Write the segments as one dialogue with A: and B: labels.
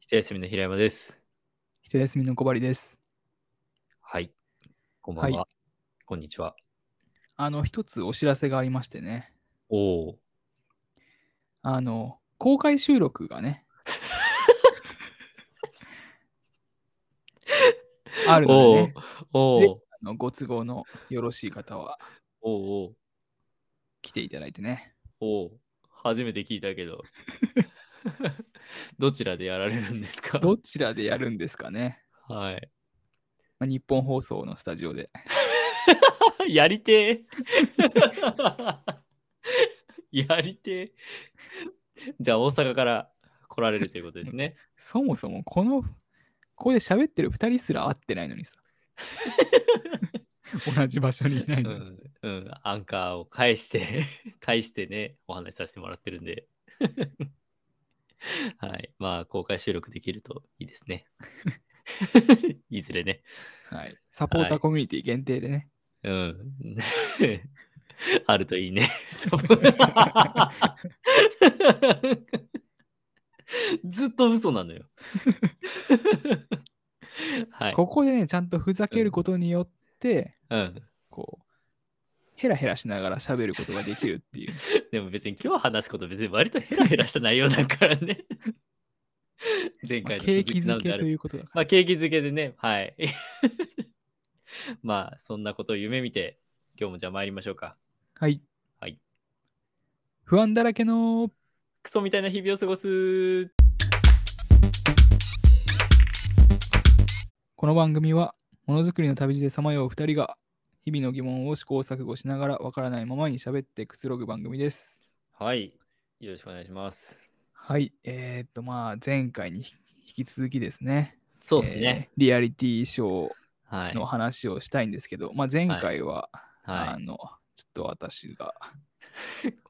A: 一休みの平山です。
B: 一休みの小針です。
A: はい。こんばんは。
B: は
A: こんにちは。
B: あの、一つお知らせがありましてね。
A: おお。
B: あの、公開収録が ね。あるのでね
A: お
B: ぜあの、ご都合のよろしい方は
A: おおう
B: 来ていただいてね。
A: おう初めて聞いたけど。 どちらでやられるんですか
B: どちらでやるんですかね。
A: はい。
B: まあ、日本放送のスタジオで。
A: やりてえ やりてえじゃあ大阪から来られるということですね。
B: そもそもこの、ここで喋ってる2人すら会ってないの にさ。同じ場所にいな
A: う
B: いのに。
A: ん、うん、アンカーを返して、 返してね、お話しさせてもらってるんで。 はい。まあ、公開収録できるといいです ね。いずれね。
B: はい、サポーターコミュニティ限定でね。
A: うん。 あるといいね。 そうずっと嘘なの よ。はい。
B: ここでね、ちゃんとふざけることによって、
A: うん。
B: こう、ヘラヘラしながら喋ることができる っていう。
A: でも別に今日話すこと別に割とヘラヘラした内容だから ね。前
B: ま
A: 回
B: あ
A: の
B: 景
A: 続
B: 気
A: きな
B: づ
A: んで
B: け
A: あ
B: と
A: れ
B: いうことだか
A: まあ景気づけでね、はい。 まあそんなことを夢見て、今日もじゃあ参りましょうか。
B: ら。はい。
A: はい。
B: 不安だらけの、
A: クソみたいな日々を過ごす。
B: この番組は、ものづくりの旅路でさまよう2人が、日々の疑問を試行錯誤しながらわからないままに喋ってくつろぐ番組です。
A: はい。よろしくお願いします。
B: はい。えー、っと、まあ、前回に引き続きですね。
A: そうですね。
B: えーリアリティショ
A: は
B: ー
A: い。
B: の
A: は
B: 話をしたいんですけど、まあ、前回は、あ
A: い。
B: の、ちょっと私が、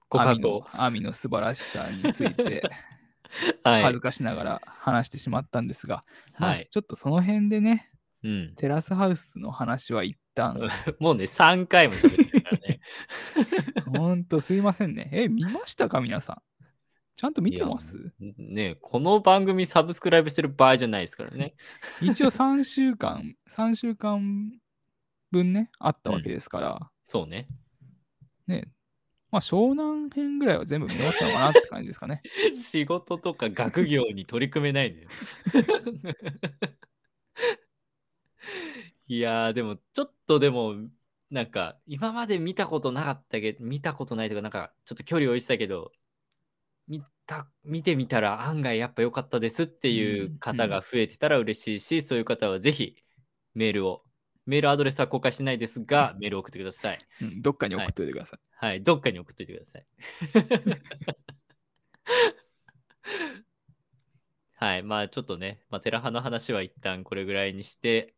A: ご
B: ア
A: 覚
B: ミの
A: 悟。
B: アミの素晴らしさについて
A: は
B: 恥
A: い
B: ず。かしながら話してしまったんですが、まあ
A: はい。
B: ちょっとその辺でね
A: うん。
B: テラスハウスの話は一旦
A: もうね、3回も喋ってるからね。
B: ほんとすいませんねえ見ましたか皆さんちゃんと見てます
A: ねこの番組サブスクライブしてる場合じゃないですからね。
B: 一応3週間3週 間分ねあったわけですから、
A: そうね。
B: ねまあ湘南編ぐらいは全部見終わったのかなって感じですかね
A: 仕事とか学業に取り組めないのよ。いやーでもちょっとでもなんか今まで見たことなかったけど見たことないとかなんかちょっと距離を置いてたけど見た見てみたら案外やっぱ良かったですってい
B: うん
A: う方が増えてたら嬉しいし、そういう方はぜひメールをメールアドレスは公開しないですがメールを送ってください。
B: うんどっかに送っといてください、
A: はい、どっかに送っといてください。 はい、まあちょっとね、まあ、テラハの話は一旦これぐらいにして、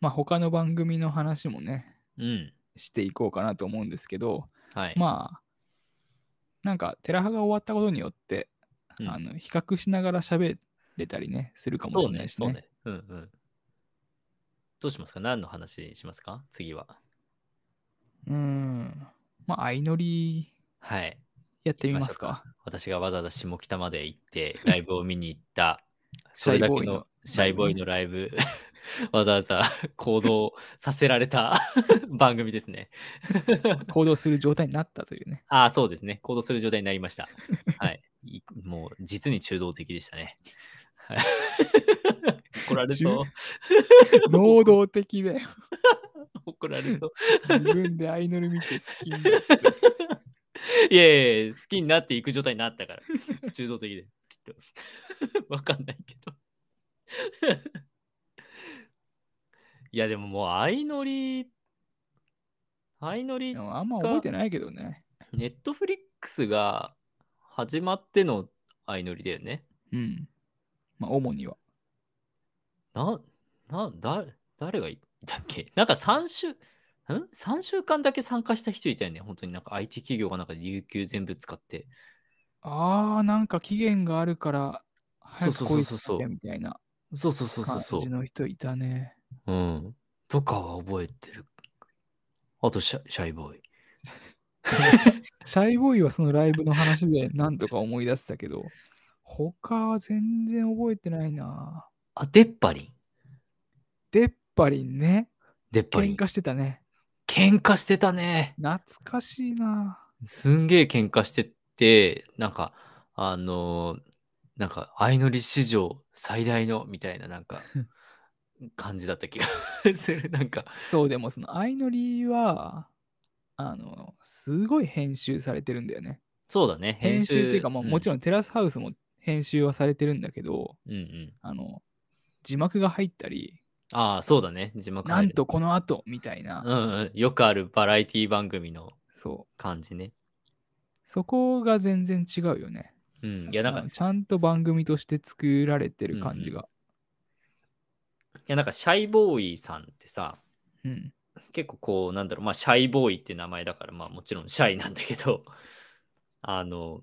B: まあ他の番組の話もね
A: うん、
B: していこうかなと思うんですけど、
A: はい。
B: まあなんかテラハが終わったことによって、
A: うん
B: あの比較しながら喋れたりねするかもし
A: そう
B: れな
A: ね、
B: いし
A: そ
B: ね
A: うね。うんうん。どうしますか何の話しますか次は。
B: うーんまあ相乗り
A: はい。
B: やってみます
A: 行き
B: か
A: 私がわざわざ下北まで行って、ライブを見に行った、
B: シ
A: そ
B: ャ
A: れ
B: イ
A: だ
B: ボー
A: け
B: イ
A: の
B: の
A: シャイボーイのライブ、 わざわざ行動させられた 番組ですね。
B: 行動する状態になった というね
A: ああ、そうですね。行動する状態になりました。 はい。いもう、実に中道的でしたね。はい 怒られそう。
B: 能動的で
A: 怒られそう。
B: 自分で相乗り見て好きに
A: いやいやいや好きになっていく状態になったから。中道的で、きっと。 わかんないけど。いや、でももう、相乗り、相乗り
B: で、もあんま覚えてないけどね
A: ネットフリックスが始まっての相乗りだよね。
B: うんまあ主には
A: な、な、誰、誰がいたっけなんか3週、ん ?3 週間だけ参加した人いたよね。本当になんか IT 企業がなんか有給全部使って。
B: あーなんか期限があるから早く来いっ
A: そうそうそうそうそ
B: て
A: う
B: みたいな
A: そうそうそうそう
B: 感
A: そう
B: じ。の人いたね
A: うん。とかは覚えてる。あとシャ、シャイボーイ。
B: シャイボーイはそのライブの話で何とか思い出せたけど、他は全然覚えてないな。
A: あ、出っ張りん
B: 出っ張りね。
A: 出っ張り
B: 喧
A: ん
B: 嘩してたね。
A: 喧嘩してたね。
B: 懐かしいな。
A: すんげえ喧嘩してて、なんか、あのーなんか、相乗り史上最大のみたいな、なん か、感じだった気がする。なんか、
B: そう、でもその相乗りは、あの、すごい編集されてるんだよね。
A: そうだね。
B: 編集っていうか、まあ、もち
A: ろん。
B: ろんテラスハウスも編集はされてるんだけど、
A: うんうん。
B: あの、字幕が入ったり、
A: ああ、そうだね。字幕
B: な
A: 入
B: ん
A: る
B: とこの後みたいな、
A: うんうん。よくあるバラエティ番組の
B: そう。
A: 感じね。
B: そこが全然違うよね。
A: うん。いや、なんか
B: あの、ちゃんと番組として作られてる感じが。
A: いやなんかシャイボーイさんってさ
B: うん
A: 結構こうなんだろうまあシャイボーイって名前だからまあもちろんシャイなんだけど あの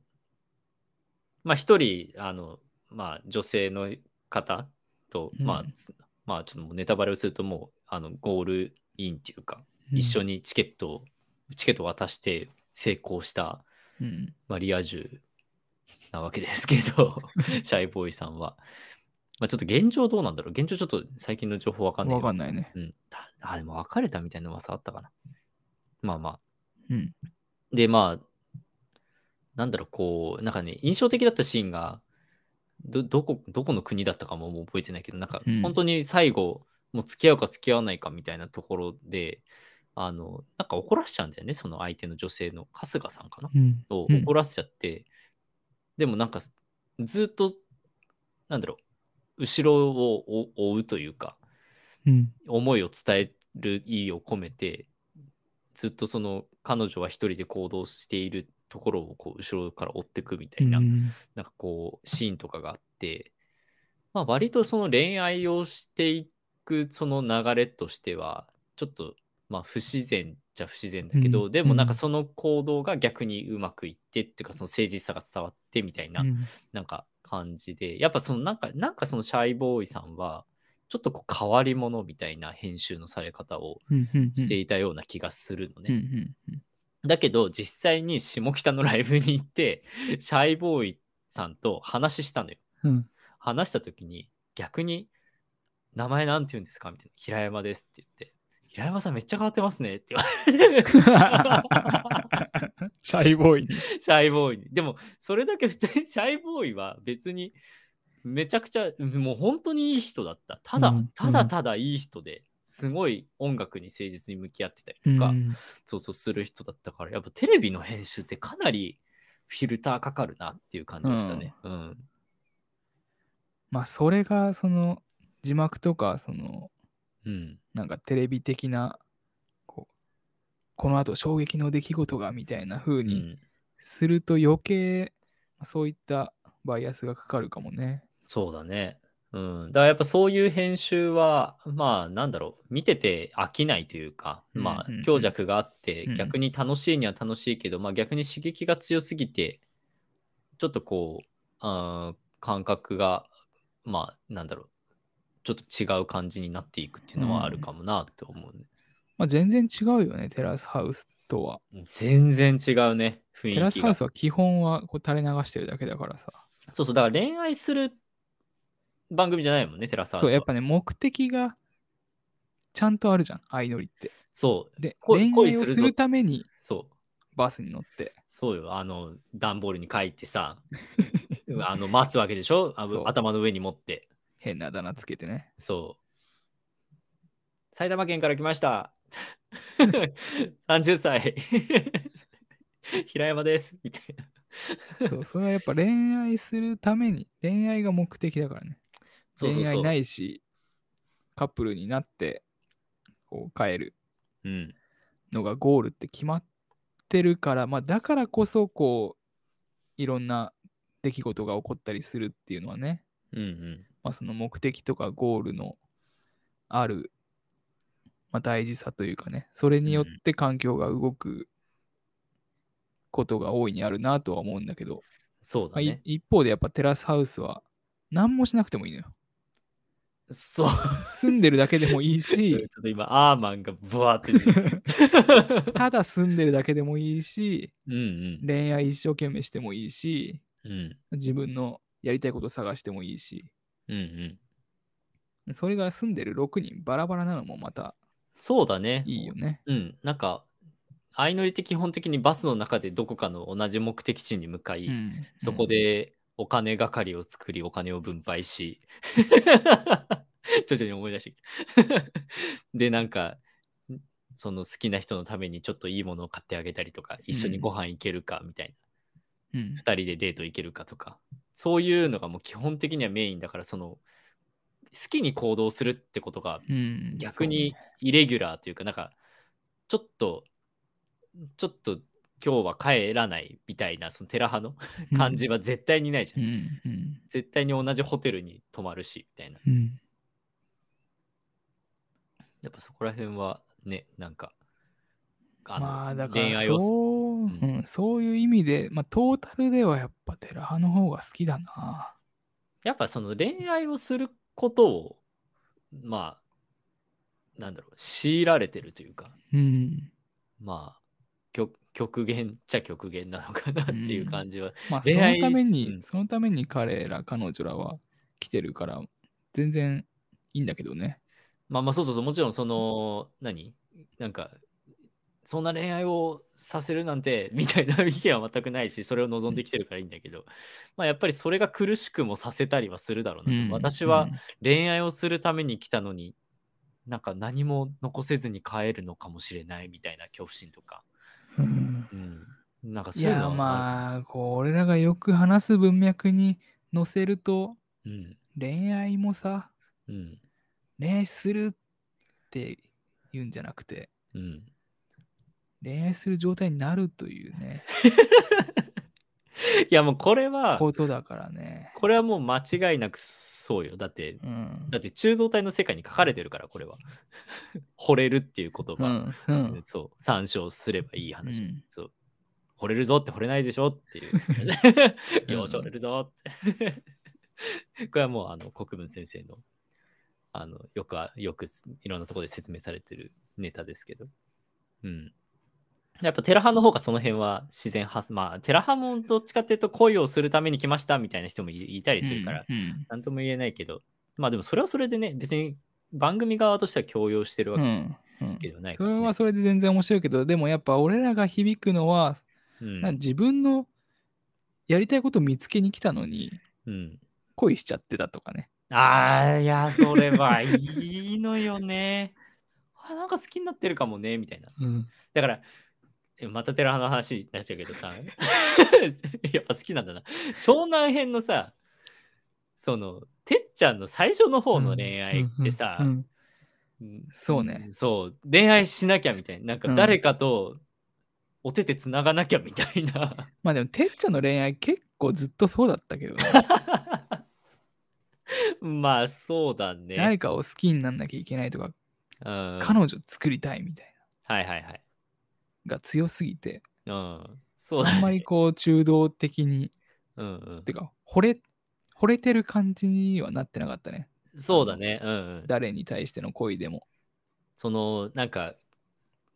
A: まあ一人あのまあ女性の方と、
B: うん
A: まあつまあちょっともうネタバレをするともうあのゴールインっていうか、一緒
B: に。
A: にチケットをチケットを渡して成功した
B: うん
A: マリアージュなわけですけ どシャイボーイさんは。まあ、ちょっと現状どうなんだろう現状ちょっと最近の情報わかんない
B: わ
A: けど
B: かんないね。
A: うん。たあ、でも別れたみたいな噂あったかな。まあま
B: うん。
A: あ。で、まあ、なんだろう、こう、なんかね、印象的だったシーンが、どどこどこの国だったかももう覚えてないけど、なんか
B: うん
A: 本当に最後、もう付き合うか付き合わないかみたいなところで、あの、なんか怒らせちゃうんだよね、その相手の女性の春日さんかな。
B: うん
A: を
B: うん
A: 怒らせちゃって、でもなんかずっと、なんだろう、後ろを追追うというか、
B: うん
A: 思いを伝える意を込めてずっとその彼女は一人で行動しているところをこう後ろから追っていくみたいな,、
B: うん
A: なんかこうシーンとかがあって、まあ、割とその恋愛をしていくその流れとしてはちょっとまあ不自然じゃ不自然だけど、
B: うん
A: でもなん
B: う
A: か
B: ん
A: その行動が逆にうまくいってっていうかその誠実さが伝わってみたいな
B: うん
A: なんか感じで、やっぱそのなんか、なんかそのシャイボーイさんは、ちょっとこう変わり者みたいな編集のされ方を
B: うんうん
A: していたような気がするの
B: うんう
A: ね。
B: んうん
A: だけど、実際に下北のライブに行って、シャイボーイさんと話したのよ。
B: うん
A: 話した時に、逆に、名前なんて言うんですかみたいな。平山ですって言って、平山さんめっちゃ変わってますねって言われて。
B: シャイボーイに。
A: シャイボーイに。でも、それだけ普通に、シャイボーイは別に、めちゃくちゃ、もう本当にいい人だった。ただ、
B: うん
A: ただただいい人で、すごい音楽に誠実に向き合ってたりとか、
B: うん
A: そうそうする人だったから、やっぱテレビの編集ってかなりフィルターかかるなっていう感じがしたね。うん。
B: まあそれがその字幕とかその
A: うん。
B: なんかテレビ的なこうこの後衝撃の出来事がみたいな風
A: う
B: に
A: ん
B: すると余計そういったバイアスがかかるかもね。
A: そうだね。うん、だからやっぱそういう編集はまあなんだろう見てて飽きないというか、まあ
B: うんうんうん
A: 強弱があって、
B: うん
A: 逆に楽しいには楽しいけど、まあ逆に刺激が強すぎてちょっとこうあー感覚がまあなんだろうちょっと違う感じになっていくっていうのはあるかもなって思うね、
B: まあ全然違うよねテラスハウスとは。
A: 全然違うね雰囲気
B: テ
A: が
B: ラスハウスは基本はこう垂れ流してるだけだからさ。
A: そうそうだから恋愛する番組じゃないもんねテラスハウス
B: そ
A: は
B: うやっぱね目的がちゃんとあるじゃん相乗りって。
A: そう
B: で
A: 恋
B: 恋
A: 恋
B: 愛を
A: する
B: す
A: ぞ
B: るために
A: そう
B: バスに乗って
A: そうよ、あの、段ボールに書いて さ、あの、待つわけでしょあ
B: そう
A: 頭の上に持って。
B: 変なあだ名つけ てね。
A: そう。埼玉県から来ま した。30歳。 平山です。みたいな。
B: そうそれはやっぱ恋愛するために恋愛が目的だからね。
A: そうそうそう
B: 恋愛ないしカップルになってこう帰る
A: うん。
B: のがゴールって決まってるから、まあ、だからこそこういろんな出来事が起こったりするっていうのはね、
A: うんうん。
B: まあ、その目的とかゴールのある、まあ、大事さというかねそれによって環境が動くことが大いにあるなとは思うんだけど、
A: そう
B: まあ
A: だ
B: い
A: ね。
B: 一方でやっぱテラスハウスは何もしなくてもいい のよ。
A: そう。
B: 住んでるだけでもい い
A: ちょ
B: し
A: っと今、アーマンがブワーって出 てる。
B: ただ住んでるだけでもいいし
A: うん
B: 恋愛一生懸命してもいいし
A: うん。うん。
B: 自分のやりたいこと探してもいいし、
A: うんうん。
B: それが住んでる6人バラバラなのもまた
A: そうだね。
B: いいよね。
A: うん。なんか、相乗りって基本的にバスの中でどこかの同じ目的地に向かい、
B: うん
A: そこ、でお金係を作り、お金を分配し、徐々に思い出してきた。 で、なんか、その好きな人のためにちょっといいものを買ってあげたりとか、一緒にご飯行けるかみたいな。
B: うんうん
A: 2人でデート行けるかとかそういうのがもう基本的にはメインだからその好きに行動するってことが
B: うん
A: 逆にイレギュラーというかなんかちょっとちょっと今日は帰らないみたいなその寺派の感じは絶対にないじゃ、
B: うんんうん
A: 絶対に同じホテルに泊まるしみたいな
B: うんうん
A: やっぱそこら辺はねなんかあの
B: まあだから
A: 恋愛
B: そ
A: を
B: う,、うんんそういう意味で、まあ、トータルではやっぱ寺派の方が好きだな。
A: やっぱその恋愛をすることをまあなんだろう強いられてるというか
B: うん、
A: まあ極極限っちゃ極限なのかなっていう感じは、
B: まあそ
A: 恋
B: の
A: 愛
B: ために、
A: うん
B: そのために彼ら彼女らは来てるから全然いいんだけどね。
A: まあまあそうそうそうもちろんその何なんかそんな恋愛をさせるなんて みたいな意見は全くないしそれを望んできてるからいいんだけど、まあやっぱりそれが苦しくもさせたりはするだろうなと、
B: うん
A: 私は、恋愛をするために来たのになんか何も残せずに帰るのかもしれないみたいな恐怖心とか、
B: うんうん
A: うん、なんかそ
B: いう
A: いうの
B: や
A: は
B: まあこう俺らがよく話す文脈に載せると
A: うん
B: 恋愛もさ
A: うん
B: 恋愛するって言うんじゃなくて
A: うん
B: 恋愛する状態になるというね
A: いやもうこれは
B: ことだからね。
A: これはもう間違いなくそうよだって
B: うん
A: だって中道体の世界に書かれてるからこれは 惚れるっていう言
B: う
A: 葉、
B: んうん
A: そう参照すればいい話、
B: うん
A: そう惚れるぞって惚れないでしょっていうよし
B: うん
A: 惚れるぞって これはもうあの国分先生のあのよくあよくいろんなところで説明されてるネタですけどうんやっぱテラハの方がその辺は自然発まあテラハもどっちかっていうと恋をするために来ましたみたいな人もいいたりするから、
B: うん
A: なんとも言えないけど、まあでもそれはそれでね、別に番組側としては強要してる
B: う
A: わ
B: んうん
A: けではない
B: そ
A: から、
B: れ
A: ね
B: はそれで全然面白いけどでもやっぱ俺らが響くのは
A: うん
B: なんか自分のやりたいことを見つけに来たのに
A: うん
B: 恋しちゃってたとかね。
A: ああ、いや、それはいいのよね。あなんか好きになってるかもね、みたいな。だから、えまた寺派の話になっちゃうけどさ、やっぱ好きなんだな。湘南編のさ、その、てっちゃんの最初の方の恋愛ってさ、
B: うんうん
A: うん
B: そうね
A: んそう。恋愛しなきゃみたいな。なんか
B: うん
A: 誰かとお手手つながなきゃみたいな。
B: まあでもてっちゃんの恋愛結構ずっとそうだったけどね、
A: まあそうだね。
B: 誰かを好きになんなきゃいけないとか、
A: うん、
B: 彼女作りたいみたい
A: はいはいはい。
B: なが強すぎて
A: うん。そうだ
B: あんまりこう中道的に
A: うんうん
B: てか惚れ惚れてる感じにはなってなかったね
A: そうだね。うん、うん。
B: 誰に対しての恋でも
A: そのなんか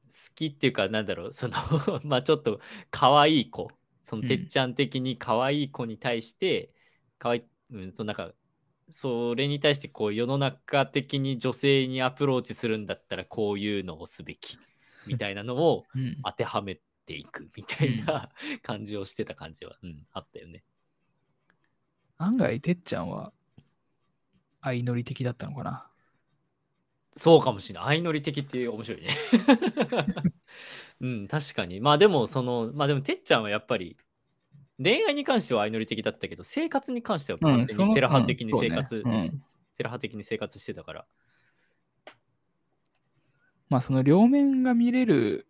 A: 好きっていうかなんだろうその まあちょっと可愛い子その
B: うん
A: てっちゃん的に可愛い子に対して可愛いうんそのなんかそれに対してこう世の中的に女性にアプローチするんだったらこういうのをすべきみたいなのを
B: うん
A: 当てはめていくみたいな感じをしてた感じは、うん、あったよね。
B: 案外てっちゃんは相乗り的だったのかな
A: そうかもしれない。相乗り的って面白いね。 うん、確かに。まあでも、その、まあでも、てっちゃんはやっぱり、恋愛に関しては相乗り的だったけど、生活に関しては完全
B: うんそ
A: に
B: の
A: テラ派的に
B: うんそ
A: 生
B: うね
A: 活、
B: うん
A: テラ派的に生活してたから。
B: まあその両面が見れる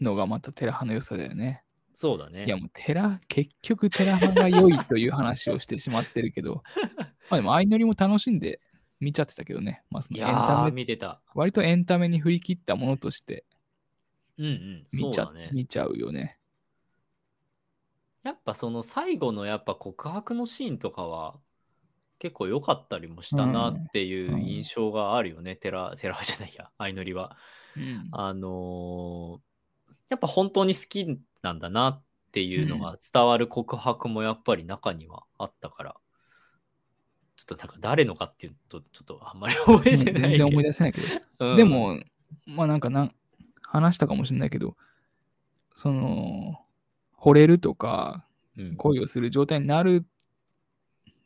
B: のがまたテラ派の良さだよね。
A: そうだね。
B: いやもうテラ、結局テラ派が良いという話をしてしまってる けど、まあでも相乗りも楽しんで見ちゃってたけどね。まあそ
A: い
B: のエ
A: や
B: ンタ
A: ー、
B: メ、
A: 見てた。
B: 割とエンタメに振り切ったものとして
A: うんうん、そ
B: 見
A: う
B: ちゃ
A: だね。
B: 見ちゃうよね。
A: やっぱその最後のやっぱ告白のシーンとかは、結構良かったりもしたなっていう印象があるよね。テラ、テラ派じゃないや、相乗りは。
B: うん
A: あのーやっぱ本当に好きなんだなっていうのが伝わる告白もやっぱり中にはあったから、ちょっとなんか誰のかっていうと、ちょっとあんまり覚えて
B: 全
A: ない、
B: 然思い出せないけど。
A: うん
B: で、も、まあなんかなん、話したかもしれないけど、その、惚れるとか、
A: うん
B: 恋をする状態になる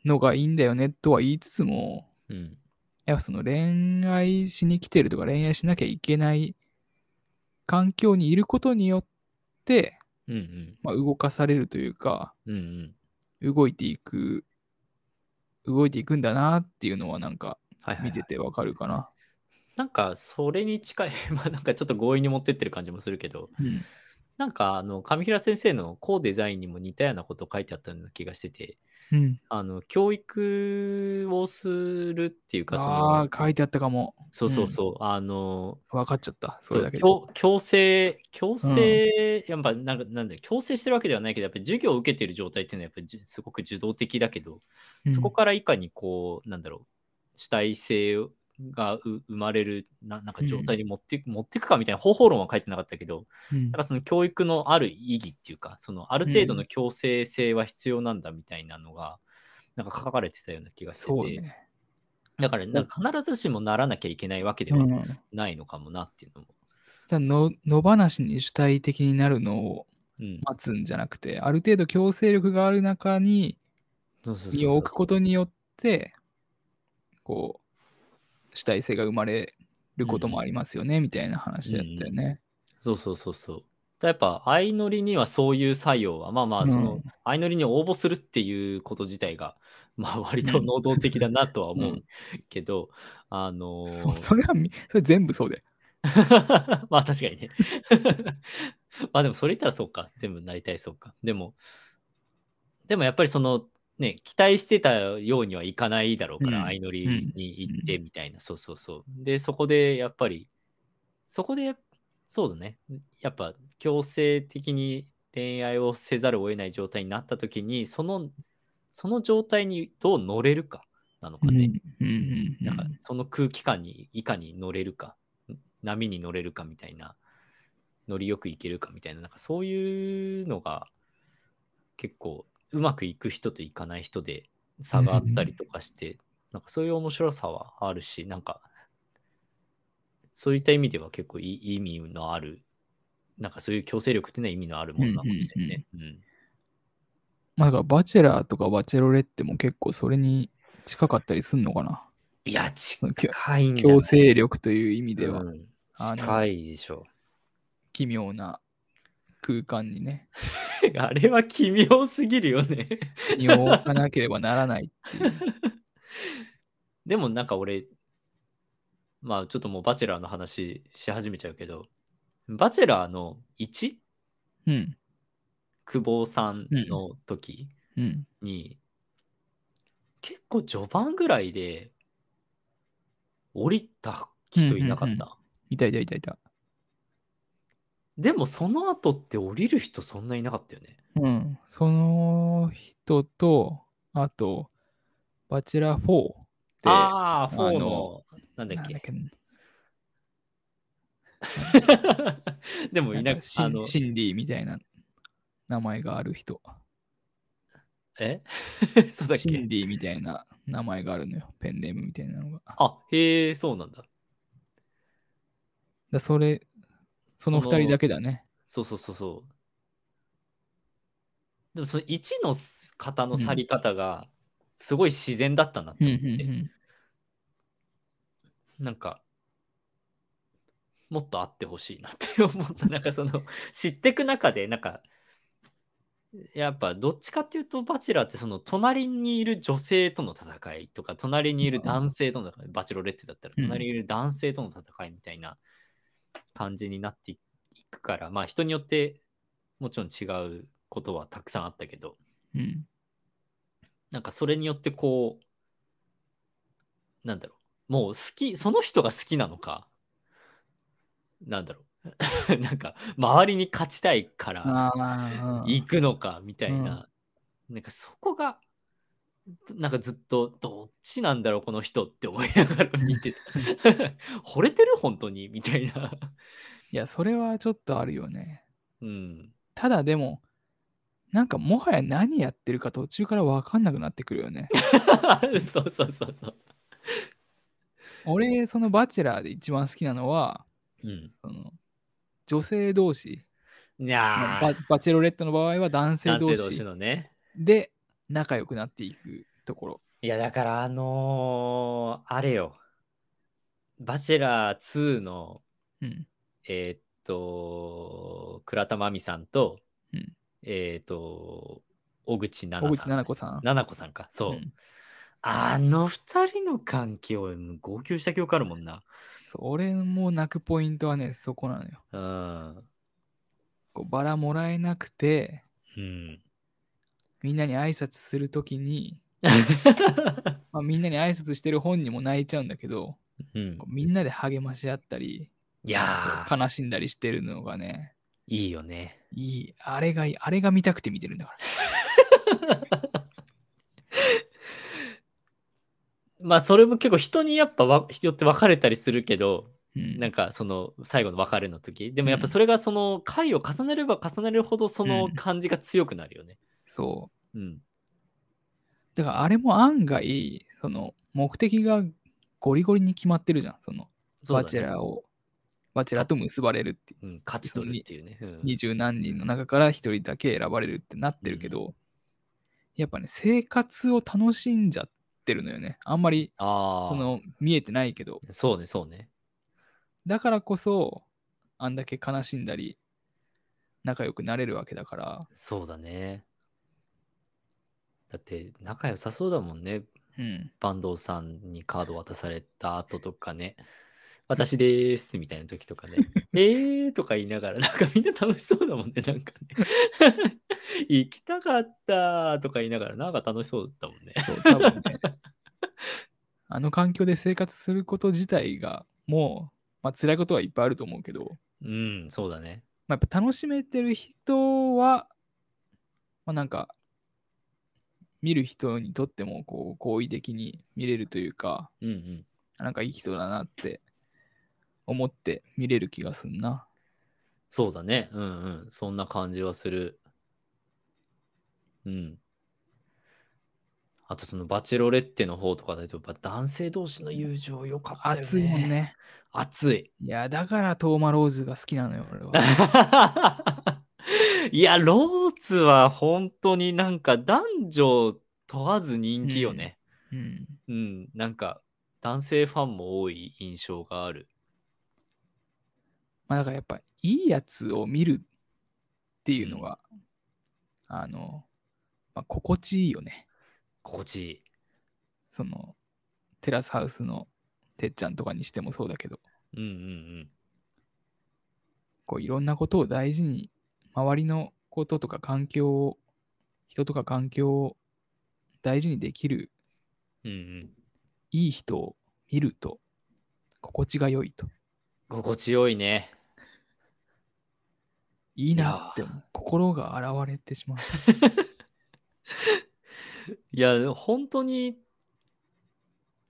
B: のがいいんだよねとは言いつつも、
A: うん
B: やっぱその恋愛しに来てるとか恋愛しなきゃいけない環境にいることによって、
A: うんうん
B: まあ、動かされるというか、
A: うんうん。
B: 動いていく、動いていくんだなっていうのはなんか
A: はいはいはい
B: 見ててわかるかな。
A: なんかそれに近い、 まあなんかちょっと強引に持ってってる感じもするけど、
B: うん
A: なんかあの上平先生のコーデザインにも似たようなこと書いてあったような気がしてて、
B: うん。
A: あの教育をするっていうか、そ
B: ああ
A: の
B: ー、書いてあったかも。
A: そうそうそう、あの
B: 分かっちゃった。そ
A: そ
B: れだ
A: う
B: けで。
A: 強強制、強制、やっぱなんかなんだよ強制してるわけではないけど、やっぱり授業を受けてる状態っていうのはやっぱりじゅすごく受動的だけど、
B: うん
A: そこからいかにこう、なんだろう、主体性がう生まれるな、なんか状態に持って,、持ってくかみたいな方法論は書いてなかったけど、
B: うん
A: だからその教育のある意義っていうか、そのある程度の強制性は必要なんだみたいなのが、なんか書かれてたような気がしてて、
B: そうね。
A: だからなんか必ずしもならなきゃいけないわけでは
B: うんだか
A: ないのかもなっていうのも。
B: らの野放しに主体的になるのを
A: うん、
B: 待つんじゃなくて、ある程度強制力がある中に
A: そうそうそうそう
B: 身を置くことによって、こう、主体性が生まれることもありますよね、みたいな話だったよね。
A: そうそうそうそう。やっぱ相乗りにはそういう作用はまあまあその、
B: うん
A: 相乗りに応募するっていうこと自体がまあ割と
B: うん
A: 能動的だなとは思
B: う
A: うんけど、あのー
B: そうそれはみ、それ全部そうで。
A: まあ確かにねまあでもそれ言ったらそうか全部なりたいそうかでもでもやっぱりそのね期待してたようにはいかないだろうから、
B: うん
A: 相乗りに行ってみたいな、そうそうそうでそこでやっぱりそこでそうだねやっぱ強制的に恋愛をせざるを得ない状態になった時にそのその状態にどう乗れるかなのか
B: う
A: ね、
B: んうんうん
A: なんかその空気感にいかに乗れるか、波に乗れるかみたいな、乗りよく行けるかみたいな、なんかそういうのが結構うまくいく人といかない人で差があったりとかして、なんかそういう面白さはあるし、なんかそういった意味では結構いい意味のある、なんかそういう強制力っていうのは意味のあるものなのかもしれないね。うん
B: まあ、だからバチェラーとかバチェロレッテも結構それに近かったりすんのかな。
A: いや、近いんじゃない
B: 強制力という意味では、
A: うん
B: あの
A: 近いでしょう。
B: 奇妙な空間にね、
A: あれは奇妙すぎるよね。
B: 身を置かなければならない っていう。
A: でもなんか俺、まあちょっともうバチェラーの話し始めちゃうけど、バチェラーの1、
B: うん。
A: 久保さんの時
B: うん。
A: に、結構序盤ぐらいで降りた人いなかった。
B: うんうんいたいたいたいた。
A: でもその後って降りる人そんないなかったよね。
B: うん。その人と、あと、バチェラー4で、
A: ああ、
B: あ
A: 4の
B: の、
A: なんだっけ。
B: な
A: でもいな
B: なん
A: く
B: かシ
A: あ
B: ン
A: の、
B: シンディみたいな名前がある人。
A: え そうだっ
B: シ
A: け
B: ンディみたいな名前があるのよ。ペンネームみたいなのが。だか
A: あ、へえ、そうなんだ。
B: らそれ、その
A: その
B: 二人だけだね。
A: そうそうそうそう。でもその1の方の去り方がすごい自然だったなって
B: うんう
A: 思っ
B: ん
A: て、
B: うん。
A: なんかもっとあってほしいなって思った。 なんかその知ってく中でなんかやっぱどっちかっていうとバチェラーってその隣にいる女性との戦いとか隣にいる男性との戦い、バチェロレッテだったら
B: うん
A: 隣にいる男性との戦いみたいな感じになっていくから、まあ人によってもちろん違うことはたくさんあったけど
B: うん。
A: なんかそれによってこうなんだろうもう好きその人が好きなのかなんだろう なんか周りに勝ちたいから
B: ああ
A: 行くのかみたいな、なんかそこがなんかずっとどっちなんだろうこの人って思いながら見てた 惚れてる本当にみたいな、
B: いや、それはちょっとあるよね。
A: うん、
B: ただでも、なんかもはや何やってるか途中から分かんなくなってくる よね。
A: そうそうそうそう。
B: 俺、そのバチェラーで一番好きなのは、
A: うん。
B: その女性同士、
A: い
B: ま
A: や
B: あ
A: ー
B: バ、バチェロレットの場合は男性
A: 男
B: 同
A: 性同士
B: 士
A: のね。
B: で仲良くなっていくところ。
A: いや、だからあのーあれよ。バチェラー2の、
B: うん。
A: えーっと、倉田真美さんと、
B: うん
A: えーっと、小口奈
B: 小
A: 々
B: 口
A: さん。
B: 奈々子さん。
A: 奈々子さんか。そう。
B: うん
A: あの二人の関係を号泣した記憶あるもんな。
B: そう俺も泣くポイントはね、そこなのよ。
A: うん。
B: こうバラもらえなくて、
A: うん。
B: みんなに挨拶すると きに、まあ、みんなに挨拶してる本人も泣いちゃうんだけど、
A: うん
B: こうみんなで励まし合ったり、
A: いやー、
B: 悲しんだりしてるのがね、
A: いいよね。
B: いい。あれがいい、あれが見たくて見てるんだから。
A: まあそれも結構人にやっぱわ人よって分かれたりするけど、
B: うん
A: なんかその最後の別れの時でもやっぱ
B: うん
A: それがその回を重ねれば重ねるほどその
B: うん
A: 感じが強くなるよね。
B: そう。
A: うん。
B: だからあれも案外、その目的がゴリゴリに決まってるじゃん。その
A: そうだね
B: バチェラーを、バチェラーと結ばれるっていう。
A: うん、勝ち取るっていうね。うん
B: 二十何人の中から一人だけ選ばれるってなってるけど、やっぱね、生活を楽しんじゃってるのよね。あんまり
A: ああ。
B: その見えてないけど、
A: そうね、そうね。
B: だからこそ、あんだけ悲しんだり、仲良くなれるわけだから、
A: そうだね。だって仲良さそうだもんね。
B: うん、
A: バンドさんにカード渡された後とかね。私でーすみたいな時とか ね。えーとか言いながら、なんかみんな楽しそうだもんね。なんかね。 行きたかったーとか言いながら、なんか楽しそうだったもんね。
B: そう、多分ね、 あの環境で生活すること自体が、もう、まあ辛いことはいっぱいあると思うけど、
A: うん、そうだね。
B: まあ、やっぱ楽しめてる人は、まあ、なんか見る人にとってもこう好意的に見れるというか
A: うんうん。
B: なんかいい人だなって思って見れる気がすんな
A: そうだね。うんうん。そんな感じはする。うん。あとそのバチェロレッテの方とかだと、やっぱ男性同士の友情良かったよね。
B: 熱いもん。ね
A: 熱い。
B: いやだからトーマローズが好きなのよ俺は
A: いや、ローツは本当になんか男女問わず人気よね。
B: うん
A: うん、なんか男性ファンも多い印象がある。
B: まあだからやっぱいいやつを見るっていうのが、あの、まあ、心地いいよね
A: 心地いい。
B: そのテラスハウスのてっちゃんとかにしてもそうだけど
A: うんうん
B: こういろんなことを大事に周りのこととか環境を人とか環境を大事にできる
A: うん。うんうん。
B: いい人を見ると心地が良いと
A: 心地よいね。
B: いいなって
A: いやー
B: 心が現れてしまう
A: いや、本当に、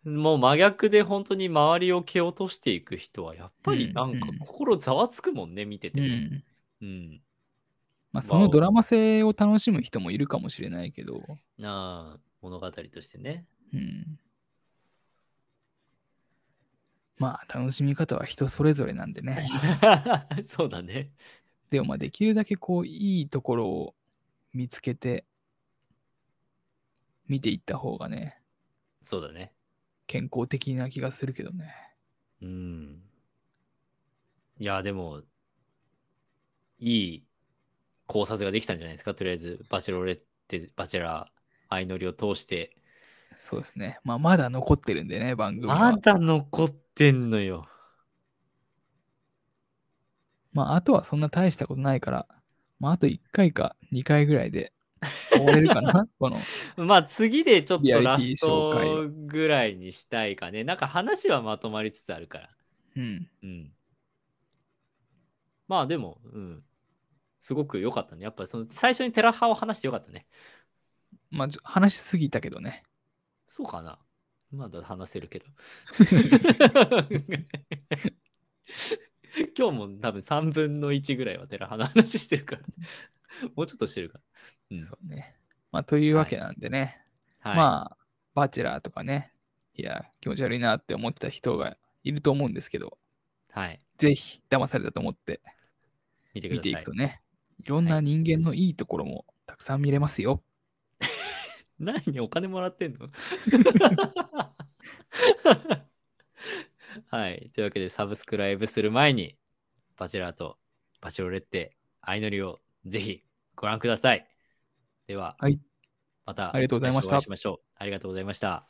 A: もう真逆で本当に周りを蹴落としていく人は、やっぱりなんか
B: うんうん
A: 心ざわつくもんね、見てて
B: う
A: ね。
B: ん
A: うん。
B: まあ、そのドラマ性を楽しむ人もいるかもしれないけど、
A: なあ、物語としてね。
B: うん、まあ楽しみ方は人それぞれなんでね
A: そうだね。
B: でもまあできるだけこういいところを見つけて見ていった方がね
A: そうだね。
B: 健康的な気がするけどね。
A: うん。いや、でも、いい考察ができたんじゃないですか。とりあえず、バチェロレッテ、バチェラー、相乗りを通して。
B: そうですね。まあまだ残ってるんでね、番組は。
A: まだ残ってんのよ。
B: まああとはそんな大したことないから、まああと1回か2回ぐらいで終われるかなこの。
A: まあ次でちょっ
B: リア
A: と
B: リテ
A: ラ
B: ィ
A: ス
B: 紹介を
A: トぐらいにしたいかね。なんか話はまとまりつつあるから。
B: うん。
A: うん。まあでも、うん。すごく良かったね。やっぱりその最初にテラハを話して良かったね。
B: まあちょ話しすぎたけどね。
A: そうかな。まだ話せるけど。今日も多分3分の1ぐらいはテラハの話してるからね。もうちょっとしてるか。うん。
B: そうね。まあ、というわけなんでね、
A: はい。
B: まあ、バチェラーとかね、いや、気持ち悪いなって思ってた人がいると思うんですけど、
A: はい。
B: ぜひ騙されたと思って
A: 見てくだ
B: 見
A: さ
B: て
A: い。
B: いくとね、いろんな人間のいいところもたくさん見れますよ。
A: 何お金もらってん のはい。というわけで、サブスクライブする前に、バチェラーとバチェロレッテ、相乗りをぜひご覧ください。では、
B: はい
A: また
B: ありがとうございまし
A: 来週お会
B: た
A: いしましょう。ありがとうございました。